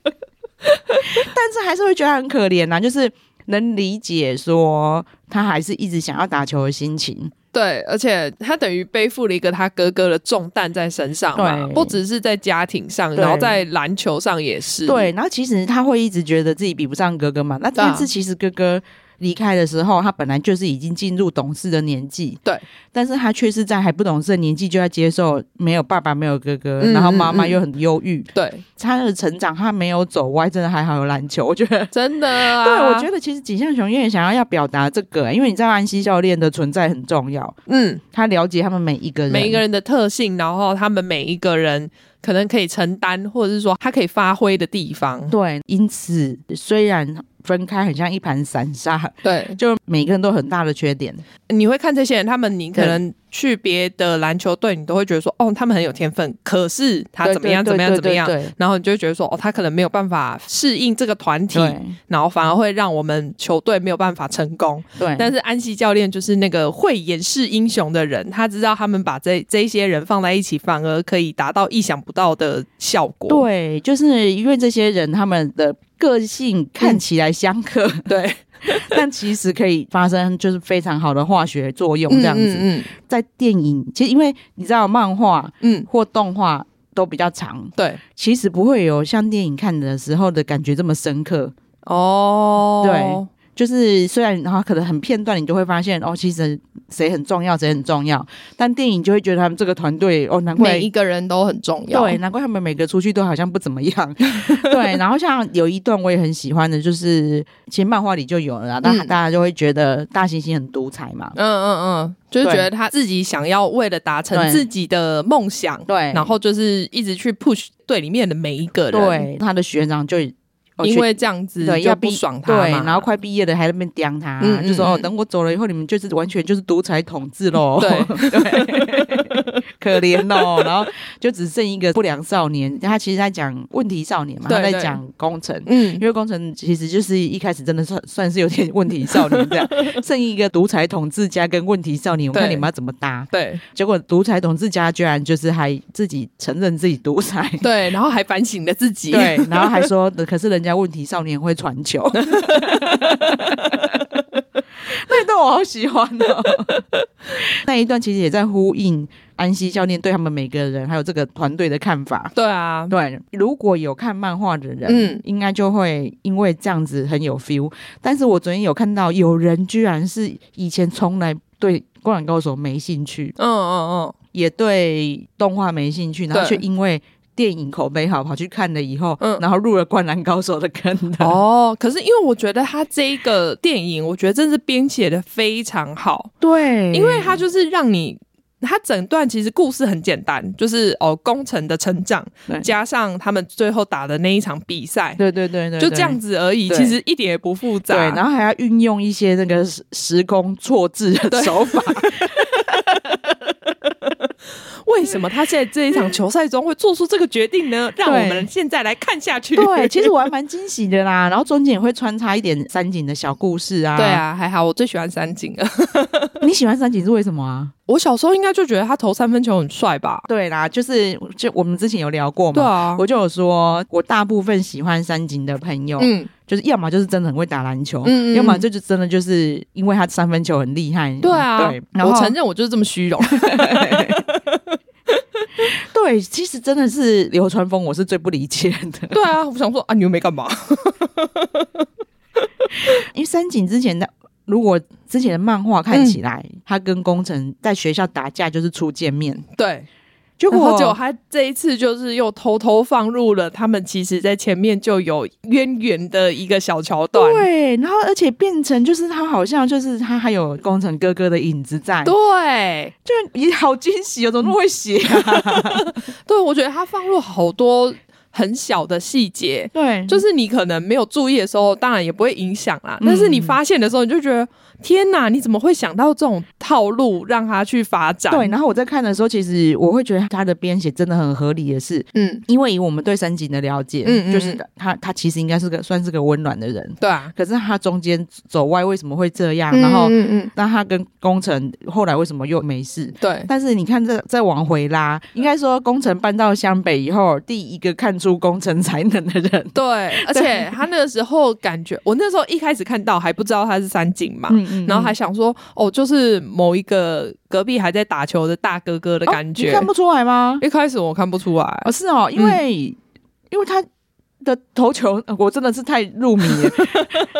B: 但是还是会觉得很可怜呐、就是能理解说他还是一直想要打球的心情。
A: 对，而且他等于背负了一个他哥哥的重担在身上嘛，
B: 对
A: 不只是在家庭上，
B: 对
A: 然后在篮球上也是。
B: 对，，然后其实他会一直觉得自己比不上哥哥嘛。那
A: 对啊
B: 但是其实哥哥离开的时候，他本来就是已经进入懂事的年纪，
A: 对。
B: 但是他却是在还不懂事的年纪就要接受没有爸爸、没有哥哥，
A: 嗯
B: 然后妈妈
A: 嗯嗯
B: 又很忧郁。
A: 对，
B: 他的成长，他没有走歪，真的还好有篮球，我觉得。
A: 真的啊。
B: 对，我觉得其实景象雄也想要要表达这个，欸因为你知道安西教练的存在很重要，
A: 嗯，
B: 他了解他们每一个人，
A: 每一个人的特性，然后他们每一个人可能可以承担，或者是说他可以发挥的地方。
B: 对，因此虽然分开很像一盘散沙，
A: 对，
B: 就每个人都有很大的缺点，
A: 你会看这些人，他们你
B: 对
A: 可能去别的篮球队，你都会觉得说，哦，他们很有天分，可是他
B: 对
A: 怎么样，
B: 对
A: 怎么样，
B: 对
A: 怎么样
B: 对对，
A: 然后你就会觉得说，哦，他可能没有办法适应这个团体，
B: 对
A: 然后反而会让我们球队没有办法成功。
B: 对，
A: 但是安西教练就是那个会掩饰英雄的人，他知道他们把这这一些人放在一起，反而可以达到意想不到的效果。
B: 对，就是因为这些人他们的个
A: 嗯
B: 性看起来相克，
A: 对，
B: 但其实可以发生就是非常好的化学作用，这样子。
A: 嗯嗯
B: 在电影，其实因为你知道漫画
A: 嗯嗯，
B: 或动画都比较长，
A: 对，
B: 其实不会有像电影看的时候的感觉这么深刻。
A: 哦，
B: 对就是虽然然后可能很片段，你就会发现哦，其实谁很重要，谁很重要。但电影就会觉得他们这个团队哦，难怪
A: 每一个人都很重要。
B: 对，难怪他们每个出去都好像不怎么 样。对，然后像有一段我也很喜欢的，就是其实漫画里就有了啦，但
A: 嗯
B: 大家就会觉得大猩猩很独裁嘛。
A: 嗯嗯嗯，就是
B: 对
A: 觉得他自己想要为了达成
B: 对
A: 自己的梦想，
B: 对
A: 然后就是一直去 push 队里面的每一个人，，
B: 对，他的学长就哦
A: 因
B: 去
A: 为这样子
B: 对
A: 就
B: 要
A: 不
B: 逼
A: 爽他
B: 对，
A: 嘛
B: 然后快毕业了还在那边刁他，
A: 嗯嗯
B: 就说哦，
A: 嗯
B: 等我走了以后，你们就是完全就是独裁统治喽。
A: 对
B: 对，可怜哦。然后就只剩一个不良少年，他其实在讲问题少年嘛，他
A: 对
B: 在
A: 对
B: 讲工程。
A: 嗯
B: 因。为工程其实就是一开始真的算算是有点问题少年这样，剩一个独裁统治家跟问题少年，我看
A: 对
B: 你们要怎么搭。
A: 对
B: 结果独裁统治家居然就是还自己承认自己独裁，
A: 对，然后还反省了自己。
B: 对，然后还说，呃可是人家问题少年会传球， 那一段我好喜欢哦。那一段其实也在呼应安西教练对他们每个人还有这个团队的看法。
A: 对啊，
B: 对，如果有看漫画的人，
A: 嗯
B: 应该就会因为这样子很有 feel。但是我昨天有看到有人居然是以前从来对《灌篮高手》没兴趣，
A: 嗯嗯嗯，
B: 也对动画没兴趣，然后却
A: 对
B: 因为电影口碑好，跑去看了以后，
A: 嗯
B: 然后入了《灌篮高手》的坑的。
A: 哦，可是因为我觉得他这一个电影，我觉得真是编写的非常好，
B: 对，
A: 因为它就是让你，它整段其实故事很简单，就是哦工程的成长
B: 对，
A: 加上他们最后打的那一场比赛，
B: 对对对对，
A: 就
B: 对
A: 这样。子而已，
B: 对
A: 其实一点也不复杂。
B: 对，然后还要运用一些那个时时空错置的手法，
A: 为什么他在这一场球赛中会做出这个决定呢？让我们现在来看下 去。
B: 对，其实我还蛮惊喜的啦。然后中间也会穿插一点三井的小故事啊。
A: 对，啊，还好我最喜欢三井了。
B: 你喜欢三井是为什么啊？
A: 我小时候应该就觉得他投三分球很帅吧？
B: 对啦，就是就我们之前有聊过嘛，
A: 对啊，
B: 我就有说，我大部分喜欢三井的朋友，
A: 嗯，
B: 就是要么就是真的很会打篮球，
A: 嗯嗯
B: 要么这就真的就是因为他三分球很厉害。
A: 对啊
B: 对，，然后
A: 我承认我就是这么虚荣。
B: 对，其实真的是流川枫，我是最不理解的，
A: 对啊，我想说啊，你又没干嘛。
B: 因为三井之前的。如果之前的漫画看起来，他跟工程在学校打架就是初见面，
A: 对，
B: 结
A: 然
B: 果
A: 后结果他这一次就是又偷偷放入了他们其实在前面就有渊源的一个小桥段。
B: 对，然后而且变成就是他好像就是他还有工程哥哥的影子在，
A: 对
B: 就也好惊喜哦，怎么那么会写 啊？
A: 对，我觉得他放入好多很小的细节，
B: 对，
A: 就是你可能没有注意的时候，当然也不会影响啦。
B: 嗯
A: 但是你发现的时候，你就觉得天哪，你怎么会想到这种套路让他去发展？
B: 对，，然后我在看的时候，其实我会觉得他的编写真的很合理的是，
A: 嗯，
B: 因为以我们对三井的了解，
A: 嗯嗯
B: 就是他他其实应该是个算是个温暖的人，
A: 对啊。
B: 可是他中间走歪为什么会这样？然后
A: 嗯嗯，
B: 那他跟工程后来为什么又没事？
A: 对，
B: 但是你看这，再再往回拉，应该说工程搬到湘北以后，第一个看出工程才能的人，
A: 对， 而且他那个时候感觉，我那时候一开始看到还不知道他是三井嘛，
B: 嗯嗯
A: 然后还想说，哦，就是某一个隔壁还在打球的大哥哥的感
B: 哦你
A: 觉。
B: 看不出来吗？
A: 一开始我看不出来，
B: 哦，是哦，因为、因为他的头球， 呃我真的是太入迷 了。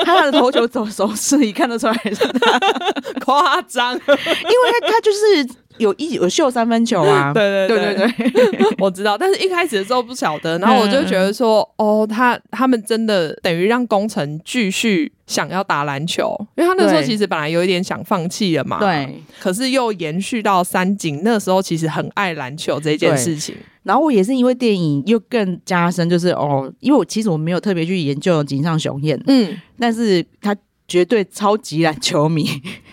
B: 他的头球走手势，一看得出来是他，
A: 夸 张。
B: 因为他他就是有一有秀三分球啊。
A: 对对
B: 对对对，
A: 我知道，但是一开始的时候不晓得，然后我就
B: 嗯
A: 觉得说，哦，他他们真的等于让工程继续想要打篮球，因为他那时候
B: 对
A: 其实本来有一点想放弃了嘛，，
B: 对
A: 可是又延续到三井那时候其实很爱篮球这件事情，
B: 然后我也是因为电影又更加深，就是哦，因为我其实我没有特别去研究井上雄彦，
A: 嗯，
B: 但是他绝对超级篮球迷。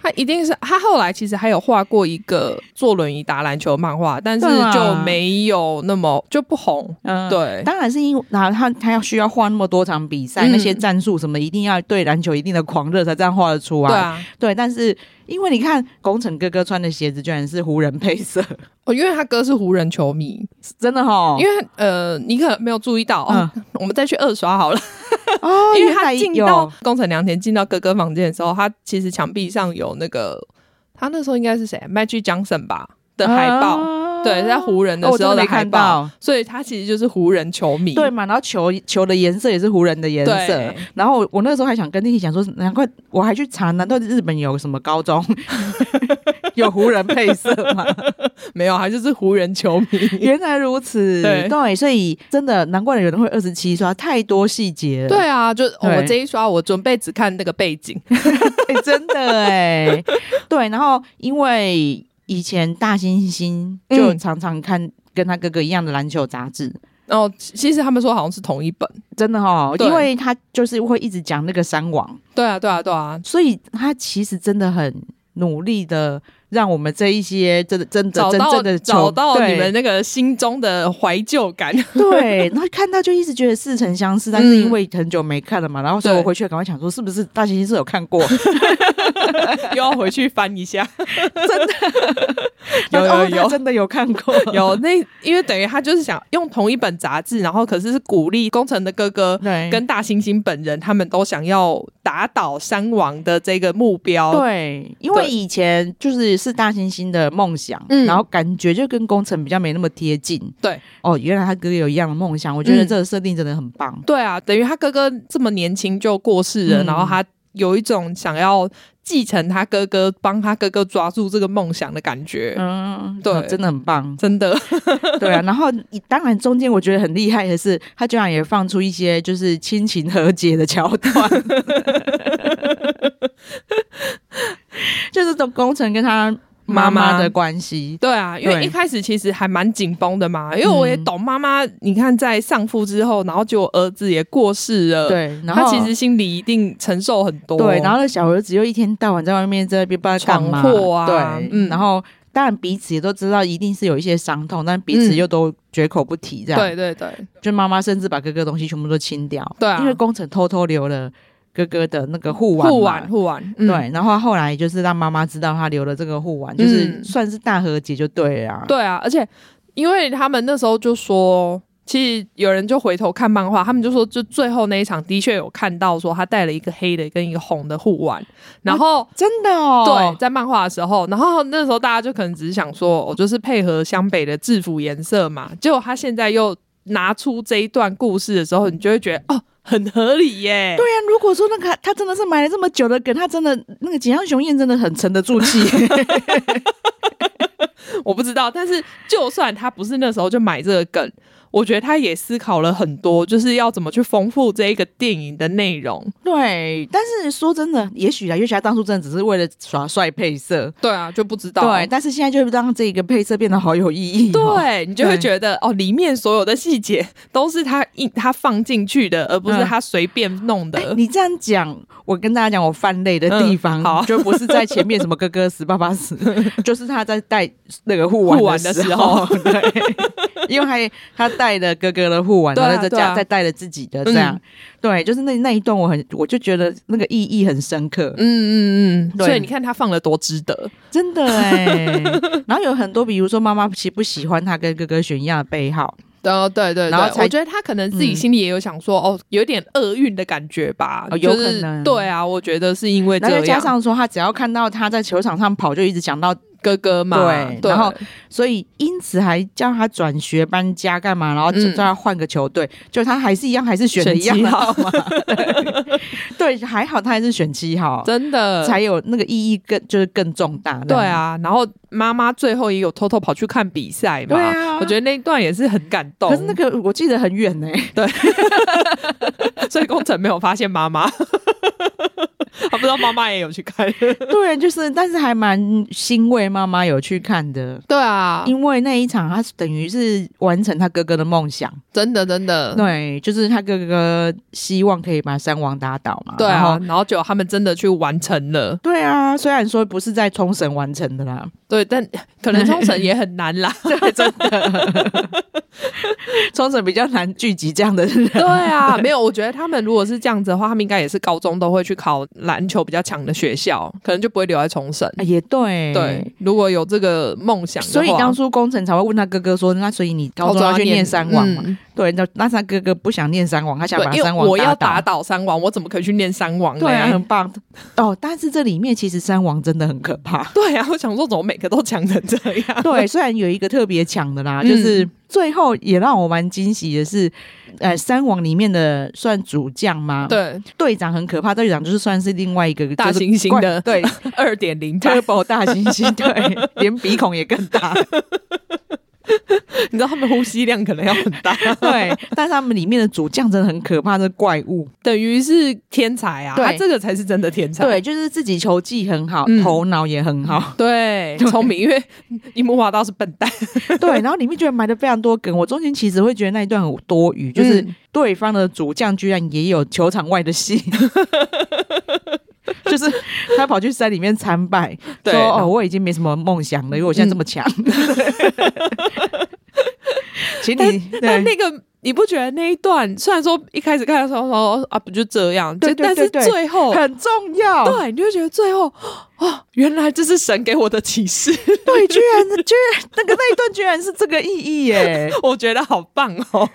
A: 他一定是他后来其实还有画过一个坐轮椅打篮球漫画，但是
B: 对啊
A: 就没有那么就不红，
B: 嗯，
A: 对。
B: 当然是因为，然后他他要需要画那么多场比赛，
A: 嗯
B: 那些战术什么，一定要对篮球一定的狂热才这样画得出来。
A: 对啊，
B: 对，但是因为你看工程哥哥穿的鞋子居然是湖人配色，
A: 哦，因为他哥是湖人球迷，
B: 真的哈、
A: 因为呃，你可能没有注意到，哦我们再去二刷好了。
B: 嗯哦，
A: 因为
B: 原
A: 他
B: 来
A: 进
B: 有
A: 到工程良田进到哥哥房间的时候，他其实墙壁上有那个他那时候应该是谁，Magic Johnson 吧的海报，
B: 啊
A: 对，在湖人的
B: 哦我
A: 时
B: 真
A: 候
B: 的
A: 的
B: 没
A: 海
B: 看
A: 报，
B: 到。
A: 所以他其实就是湖人球迷。
B: 对嘛，然后球球的颜色也是湖人的颜色
A: 对，
B: 然后我我那个时候还想跟丽丽讲说，难怪我还去查，难道日本有什么高中 有湖人配色吗？
A: 没有，他就是湖人球 迷。
B: 原来如此，
A: 对
B: 所以真的难怪有人会二十七刷，太多细节了，
A: 对啊，就、哦
B: 对
A: 我这一刷，我准备只看那个背景。
B: 哎、真的哎、对，然后因为以前大猩猩就
A: 嗯
B: 常常看跟他哥哥一样的篮球杂志，
A: 哦，其其实他们说好像是同一本。
B: 真的哦，
A: 对
B: 因为他就是会一直讲那个山王，
A: 对啊，对啊，对啊，
B: 所以他其实真的很努力的让我们这一些真的真的
A: 找
B: 真
A: 到
B: 正的球
A: 找到
B: 对
A: 你们那个心中的怀旧感。
B: 对，然后看到就一直觉得似曾相识，但是
A: 嗯
B: 因为很久没看了嘛，然后所以
A: 对
B: 我回去赶快想说是不是大猩猩是有看过，
A: 又要回去翻一 下，真
B: 然后
A: 的
B: 哦
A: 有有
B: 他
A: 有
B: 真的有看过，
A: 有那，因为等于他就是想用同一本杂志，然后可是是鼓励工程的哥哥
B: 对
A: 跟大猩猩本人，他们都想要打倒山王的这个目标。
B: 对，因为
A: 对
B: 以前就是是大猩猩的梦想，
A: 嗯
B: 然后感觉就跟工程比较没那么贴近。
A: 对，
B: 哦，原来他哥哥有一样的梦想，我觉得
A: 嗯
B: 这个设定真的很棒。
A: 对啊，等于他哥哥这么年轻就过世了，
B: 嗯
A: 然后他有一种想要继承他哥哥，帮他哥哥抓住这个梦想的感觉，
B: 嗯，
A: 对，
B: 哦真的很棒
A: 真的，
B: 对啊。然后当然中间我觉得很厉害的是，他居然也放出一些就是亲情和解的桥 段，就是这工程跟他妈妈的关系，
A: 对啊，因为
B: 对
A: 一开始其实还蛮紧绷的嘛，因为我也
B: 嗯
A: 懂妈妈，你看在丧父之后，然后就儿子也过世了，，
B: 对，然
A: 他
B: 后
A: 其实心里一定承受很多，
B: 对，然后那小儿子又一天到晚在外面在那边不知道干嘛，
A: 闯祸啊
B: 对，
A: 嗯
B: 然后当然彼此也都知道一定是有一些伤痛，但彼此
A: 嗯
B: 又都绝口不提，这样，
A: 对对对，
B: 就妈妈甚至把哥哥东西全部都清掉，
A: 对啊
B: 因为工程偷偷留了哥哥的那个护腕，
A: 护腕。护腕，嗯
B: 对，然后后来就是让妈妈知道他留了这个护腕，就是
A: 嗯
B: 算是大和解就对了啊。
A: 对啊，而且因为他们那时候就说，其实有人就回头看漫画，他们就说，就最后那一场的确有看到说他戴了一个黑的跟一个红的护腕，然后。
B: 真的哦，
A: 对，在漫画的时候，然后那时候大家就可能只是想说，我、就是配合湘北的制服颜色嘛。结果他现在又拿出这一段故事的时候，你就会觉得哦，很合理耶。
B: 对啊，如果说那个他真的是埋了这么久的梗，他真的那个井上雄彦真的很沉得住 气。
A: 我不知道，但是就算他不是那时候就买这个梗，我觉得他也思考了很多，就是要怎么去丰富这一个电影的内容。
B: 对，但是说真的，也许啊，也许他当初真的只是为了耍帅配色，
A: 对啊，就不知道。
B: 对，但是现在就让这个配色变得好有意义、
A: 对，
B: 哦。
A: 你就会
B: 对
A: 觉得哦，里面所有的细节都是他一他放进去的，而不是
B: 嗯
A: 他随便弄的。
B: 你这样讲，我跟大家讲，我犯累的地方、
A: 哎嗯好
B: 就不是在前面什么哥哥死、爸爸死， 就是他在带那个护腕
A: 护腕的
B: 时
A: 时
B: 候
A: 候，
B: 对，因为还他带了哥哥的护腕，
A: 对啊
B: 然后再
A: 对
B: 加、
A: 啊
B: 再带了自己的这样，
A: 嗯
B: 对，就是那那一段，我很我就觉得那个意义很深刻，
A: 嗯嗯嗯，
B: 对
A: 所以你看他放了多值得。
B: 真的哎、然后有很多，比如说妈妈喜不喜欢他跟哥哥选一样的背号，
A: 然后嗯对对
B: 然后才
A: 我觉得他可能自己心里也有想说，哦，有点厄运的感觉吧，
B: 哦
A: 就
B: 有可
A: 是
B: 能
A: 对啊，我觉得是因为这
B: 然后
A: 样，
B: 再加上说他只要看到他在球场上跑，就一直讲到，
A: 哥哥嘛，
B: 对
A: 对
B: 然后所以因此还叫他转学搬家干嘛，然后就
A: 嗯
B: 叫他换个球队，就他还是一样，还是选
A: 选
B: 一样
A: 七
B: 的
A: 号
B: 号 码，对，对还好他还是选七号，
A: 真的
B: 才有那个意义更就是更重大，
A: 对，啊，然后妈妈最后也有偷偷跑去看比赛嘛，
B: 对啊
A: 我觉得那一段也是很感动。
B: 可是那个我记得很远欸呢、
A: 所以工程没有发现妈 妈，他不知道妈妈也有去看。
B: 对，就是但是还蛮欣慰妈妈有去看的，
A: 对啊，
B: 因为那一场，他等于是完成他哥哥的梦想，
A: 真的真的，
B: 对，就是他哥哥希望可以把山王打倒嘛，
A: 对
B: 然
A: 啊
B: 后，
A: 然后就他们真的去完成了，
B: 对啊，虽然说不是在冲绳完成的啦，
A: 对，但可能冲绳也很难啦。
B: 对，真的，冲绳比较难聚集这样的人，
A: 对啊，没有，我觉得他们如果是这样子的话，他们应该也是高中都会去考篮球比较强的学校，可能就不会留在冲绳。
B: 啊也对，
A: 对，。如果有这个梦想的话，
B: 所以当初工程才会问他哥哥说：“那所以你高
A: 哦
B: 中要去念山王嘛？”
A: 啊嗯
B: 对，那那他哥哥不想念山王，他想把
A: 对，因为
B: 山王
A: 我要
B: 打
A: 打
B: 倒。
A: 倒三王，我怎么可以去念三王呢？
B: 对啊，很棒哦！但是这里面其实山王真的很可怕。
A: 对啊，我想说怎么每个都强成这 样？
B: 对，虽然有一个特别强的啦，
A: 嗯
B: 就是最后也让我蛮惊喜的是，呃，三王里面的算主将吗？，
A: 对，
B: 队长很可怕，队长就是算是另外一个
A: 大
B: 就是
A: 猩猩的
B: 怪对
A: 二点零版，
B: ，Turbo 大猩猩， 对，连鼻孔也更 大，
A: 你知道他们呼吸量可能要很大，
B: 对。但是他们里面的主将真的很可怕，这怪物，
A: 等于是天才啊，
B: 对
A: 他这个才是真的天才。
B: 对，就是自己球技很好，
A: 嗯
B: 头脑也很 好，
A: 对，嗯聪明，因为樱木花道是笨蛋，
B: 对。然后里面居然埋了非常多梗，我中间其实会觉得那一段很多余，就是。
A: 嗯
B: 对方的主将居然也有球场外的戏，就是他跑去山里面参拜，
A: 对
B: 说哦，我已经没什么梦想了，因为我现在这么强。 请你
A: 但
B: 对
A: 那个。你不觉得那一段虽然说一开始看的时候说啊不就这样，
B: 对对
A: 但
B: 对
A: 是
B: 对
A: 最后
B: 很重要，
A: 对，你就会觉得最后哦，原来这是神给我的启示，
B: 对，居然 居然那个那一段居然是这个意义耶！
A: 我觉得好棒哦。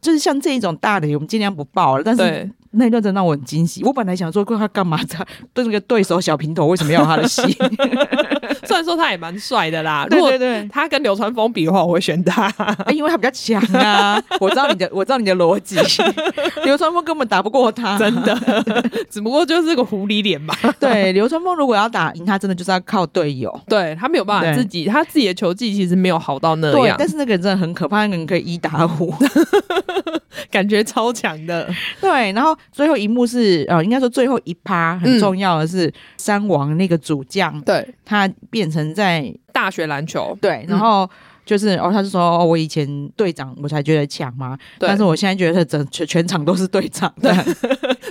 B: 就是像这一种大的，我们尽量不报了，但是
A: 对
B: 那一段真的让我很惊喜。我本来想说，他干嘛？他对那个对手小平头为什么要有他的戏？
A: 虽然说他也蛮帅的啦，如
B: 对
A: 果
B: 对对，
A: 他跟流川枫比的话，我会选 他。
B: 哎因为他比较强 啊。我知道你的，我知道你的逻辑。 流川枫根本打不过他，
A: 真的，只不过就是个狐狸脸吧。
B: 对，流川枫如果要打赢他，真的就是要靠队友。
A: 对他没有办法
B: 对
A: 自己，他自己的球技其实没有好到那
B: 对
A: 样，，
B: 但是那个人真的很可怕，那个人可以一打 五。
A: 感觉超强的。
B: 对，然后最后一幕是呃，应该说最后一趴很
A: 嗯
B: 重要的是、山王那个主将，
A: 对，
B: 他变成在
A: 大学篮球，
B: 对，然后。就是哦，他就说、哦、我以前队长我才觉得强嘛，
A: 对
B: 但是我现在觉得整全全场都是队长，对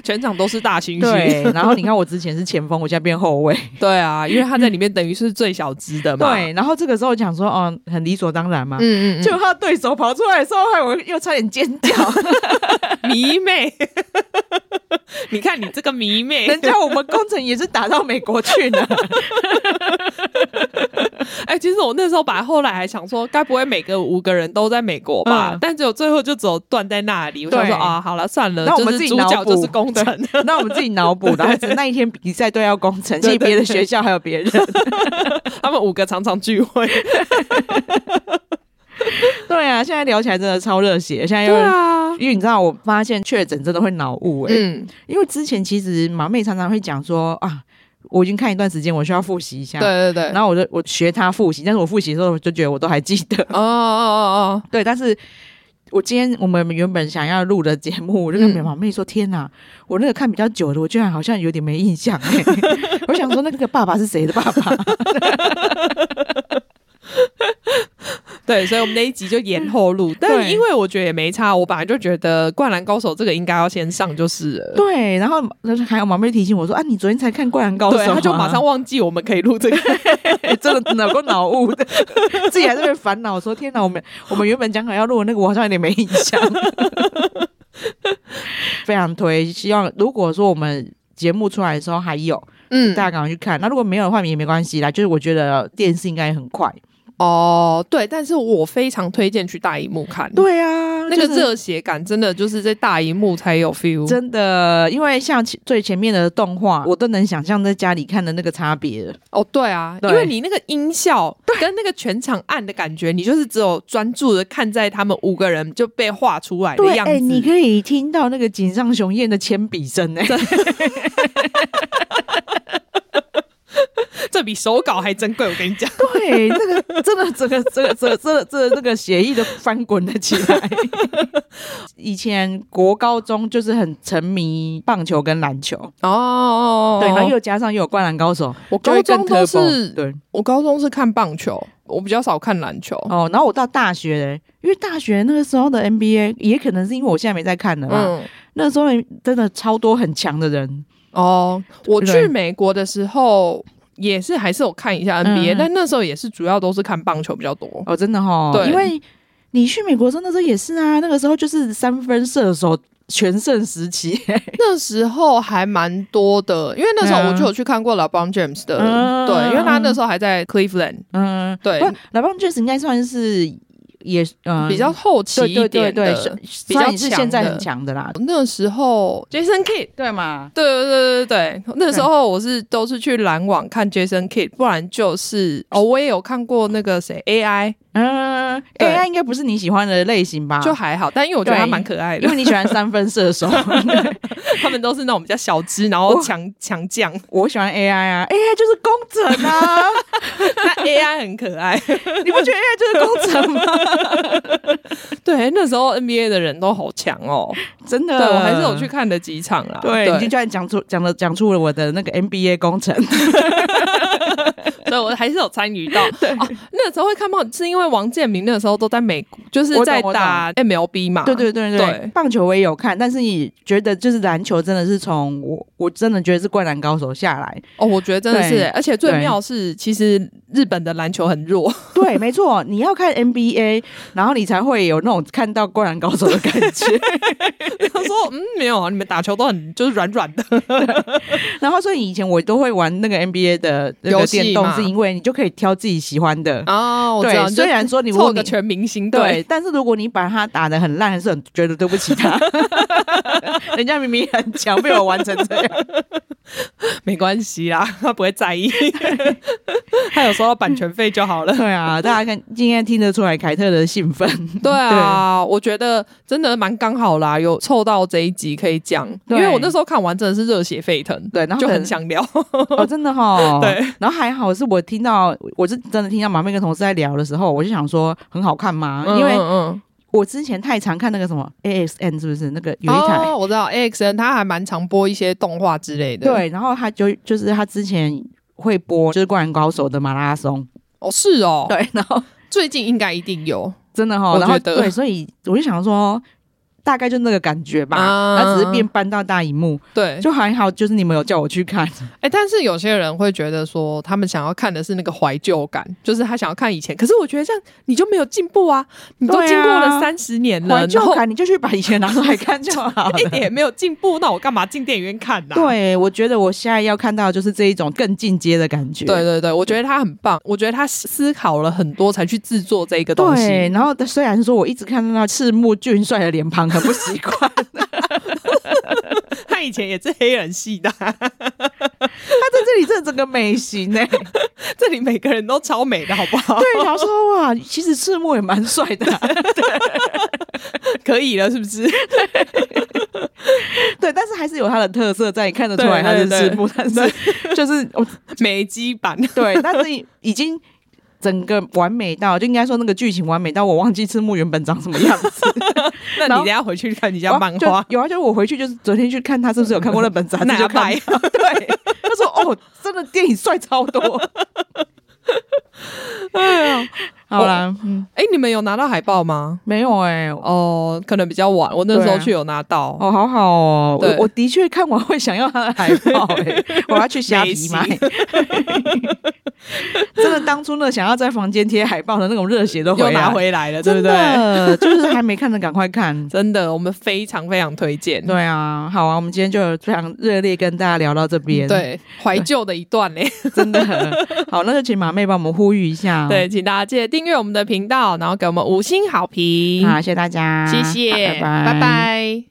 A: 全场都是大猩猩。
B: 对。然后你看我之前是前锋，我现在变后卫，
A: 对啊，因为他在里面等于是最小只的嘛。
B: 对。然后这个时候讲说哦，很理所当然嘛，
A: 嗯，嗯嗯，
B: 结果他的对手跑出来的时候，害我又差点尖 叫，
A: 迷妹， 你看你这个迷妹，
B: 人家我们工程也是打到美国去 呢，
A: 哎、其实我那时候把后来还想说，该不会每个五个人都在美国吧？
B: 嗯
A: 但只有最后就只有断在那里。我想说
B: 对
A: 啊，好了，算了，
B: 那我们
A: 就是
B: 自己
A: 主
B: 脑
A: 角就
B: 补
A: 是工程，
B: 那我们自己脑补，然后只是那一天比赛队要攻城，其实别的学校还有别人。
A: 他们五个常常聚会。
B: 对啊，现在聊起来真的超热血，现在又
A: 对。啊，
B: 因为你知道，我发现确诊真的会脑雾哎、
A: 嗯，
B: 因为之前其实马妹常常会讲说啊，我已经看一段时间，我需要复习一下。。
A: 对对对。
B: 然后我就我学她复习，但是我复习的时候我就觉得我都还记得。
A: 哦哦哦
B: 对，但是我今天我们原本想要录的节目，我就
A: 嗯
B: 跟马妹说：“天哪，我那个看比较久的，我居然好像有点没印象、欸。” 我想说那个爸爸是谁的爸爸？
A: 哦，对，所以我们那一集就延后录，但因为我觉得也没差，我本来就觉得《灌篮高手》这个应该要先上就是了。
B: 对，然后那还有马妹提醒我说：“啊，你昨天才看《灌篮高手》
A: 对，
B: 吗，
A: 他就马上忘记我们可以录这个，
B: 欸 真的脑够脑雾的， 自己还在那边烦恼说：“天哪，我们我们原本讲好要录的那个，我好像有点没印象。”非常推，希望如果说我们节目出来的时候还有，
A: 嗯
B: 大家赶快去看。那如果没有的话也没关系啦，就是我觉得电视应该也很快。
A: 哦，对，但是我非常推荐去大荧幕看，
B: 对啊，
A: 那个
B: 就是
A: 热血感真的就是在大荧幕才有 feel，
B: 真的，因为像前最前面的动画，我都能想象在家里看的那个差别了。
A: 哦，对啊，
B: 对
A: 因为你那个音效跟那个全场暗的感觉，你就是只有专注的看在他们五个人就被画出来的样子。
B: 哎、你可以听到那个井上雄彦的铅笔声哎、
A: 这比手稿还珍贵，我跟你讲。
B: 对，那个真的，整个这个这个这个这个这个协议都翻滚了起来。以前国高中就是很沉迷棒球跟篮球，
A: 哦
B: 对，然后又加上又有灌篮高手，
A: 我
B: 就
A: 高
B: 会更
A: 中都
B: turbo
A: 是，
B: 对
A: 我高中是看棒球，我比较少看篮球。
B: 哦。然后我到大学嘞，因为大学那个时候的 NBA 也可能是因为我现在没在看了啦，
A: 嗯，
B: 那时候真的超多很强的人，
A: 哦，我
B: 对
A: 去美国的时候也是还是有看一下 NBA，、
B: 嗯
A: 但那时候也是主要都是看棒球比较多。
B: 哦，真的哈、
A: 对
B: 因为你去美国的时候，那时候也是啊，那个时候就是三分射手全盛时 期，
A: 那时候还蛮多的，因为那时
B: 对
A: 候
B: 啊
A: 我就有去看过 LeBron James 的，
B: 嗯
A: 对，因为他那时候还在 Cleveland，
B: 嗯，
A: 对
B: 不，老棒确实应该算是也嗯
A: 比较后期
B: 对
A: 一
B: 对对
A: 点
B: 对，
A: 的
B: 是。
A: 比较
B: 算是现在
A: 强的
B: 很强的啦，
A: 那时候 Jason Kidd，
B: 对嘛？
A: 对对对对对，那时候我是都是去篮网看 Jason Kidd，不然就是哦，我也有看过那个谁 AI，
B: 嗯
A: 对
B: ，AI 应该不是你喜欢的类型吧？
A: 就还好，但因为我觉得他蛮可爱
B: 因
A: 的，
B: 为你喜欢三分射 手，
A: 他们都是那种比较小只，然后强强 将，
B: 我喜欢 AI 啊，AI 就是工程啊，
A: 那 AI 很可 爱。
B: 你不觉得 AI 就是工程吗？
A: 对，那时候 NBA 的人都好强哦，
B: 真的，
A: 对我还是有去。看了几场啦。
B: 对，你就居然讲出讲了讲出了我的那个 NBA 工程，
A: 所以我还是有参与 到。哦，那时候会看棒，是因为王建民那时候都在美国，就是
B: 我懂
A: 在
B: 我懂
A: 打 MLB 嘛。
B: 对对对
A: 对
B: 棒球我也有看，但是你觉得就是篮球真的是从我我真的觉得是灌篮高手下来，
A: 哦，我觉得真的是
B: 对
A: 欸，而且最
B: 对
A: 妙是，其实日本的篮球很 弱，
B: 对，没错，你要看 NBA，然后你才会有那种看到灌篮高手的感觉。
A: 他说嗯没有啊，你们打球都很就是软软的，
B: 然后所以以前我都会玩那个 NBA 的那个
A: 游戏
B: 电
A: 戏
B: 动
A: 嘛
B: 是因为你就可以挑自己喜欢的。
A: 哦，我知道，
B: 对，
A: 你
B: 虽然说你
A: 就
B: 如果
A: 凑
B: 你
A: 个全明 星
B: 对
A: 队，，
B: 但是如果你把他打的很烂，还是很觉得对不起他。 人家明明很强，被我完成这样。
A: 没关系啦，他不会在意， 他有收到版权费就好了。
B: 对啊，大家看今天听得出来凯特的兴奋。
A: 对啊，我觉得真的蛮刚好啦，有凑到这一集可以讲，因
B: 对
A: 为我那时候看完真的是热血沸腾，
B: 对，然后
A: 就
B: 可
A: 很
B: 能
A: 想聊。
B: 哦，真的哈。
A: 对，
B: 然后还好是我听到，我是真的听到马妹跟同事在聊的时候，我就想说很好看吗？ 因为
A: 嗯
B: 我之前太常看那个什么 AXN 是不是那个有一台。
A: 哦，我知道 A X N 他还蛮常播一些动画之类的。，
B: 对，然后他就就是他之前会播就是《灌篮高手》的马拉松，
A: 哦是哦，
B: 对，然后
A: 最近应该一定有。
B: 真的哈、
A: 我
B: 然后
A: 觉得
B: 对，所以我就想说。大概就那个感觉吧，
A: 啊哎
B: 他只是变搬到大荧幕，
A: 对，
B: 就还好，就是你们有叫我去看，
A: 哎、但是有些人会觉得说，他们想要看的是那个怀旧感，就是他想要看以前。可是我觉得这样你就没有进步啊，你都
B: 对啊
A: 经过了三十年了，
B: 怀旧
A: 然后
B: 感你就去把以前拿出来看就好
A: 一
B: 了。
A: 点也没有进步，那我干嘛进电影院看啊呢、。
B: 对，我觉得我现在要看到的就是这一种更进阶的感觉。
A: 对对对，我觉得他很棒，我觉得他思考了很多才去制作这个东
B: 对，
A: 西。
B: 然后虽然说我一直看到赤木俊帅的脸庞，很不习 惯，
A: 他以前也是黑人系的啊、
B: 他在这里真的整个美型呢、欸
A: 这里每个人都超美的，好不 好？
B: 对，然后说哇，其实赤木也蛮帅的啊、
A: 可以了，是不是？
B: 对，但是还是有它的特色在，看得出来它
A: 对
B: 是
A: 对
B: 赤木，但是就是我
A: 美肌版，
B: 对，但是已经整个完美到，就应该说那个剧情完美到我忘记赤木原本长什么样子。
A: 那你
B: 然后
A: 等一下回去看一下漫
B: 就
A: 画，
B: 有啊，就是我回去就是昨天去看他是不是有看过那本 杂志，
A: 哪
B: 就看
A: 拜
B: 对，他说哦，真的电影帅超 多。好啦，嗯，
A: 哎、你们有拿到海报吗？
B: 没有哎、
A: 哦，可能比较晚，我那时候去有拿到。
B: 哦，好好哦，
A: 对
B: 我我的确看完会想要他的海 报、欸，我要去虾
A: 美
B: 皮
A: 食
B: 买。 真的，当初那想要在房间贴海报的那种热血都
A: 又
B: 回
A: 拿
B: 来，
A: 回来了，对不
B: 真
A: 对？
B: 的就是还没看的赶快看。
A: 真的，我们非常非常推荐。
B: 对啊，好啊，我们今天就有非常热烈跟大家聊到这边，，
A: 对，怀旧的一段嘞。
B: 真的好，那就请马妹帮我们呼吁一下，哦
A: 对，请大家记得订阅我们的频道，然后给我们五星好评
B: 好，。谢谢大家，
A: 谢谢，
B: 好拜拜，
A: 拜拜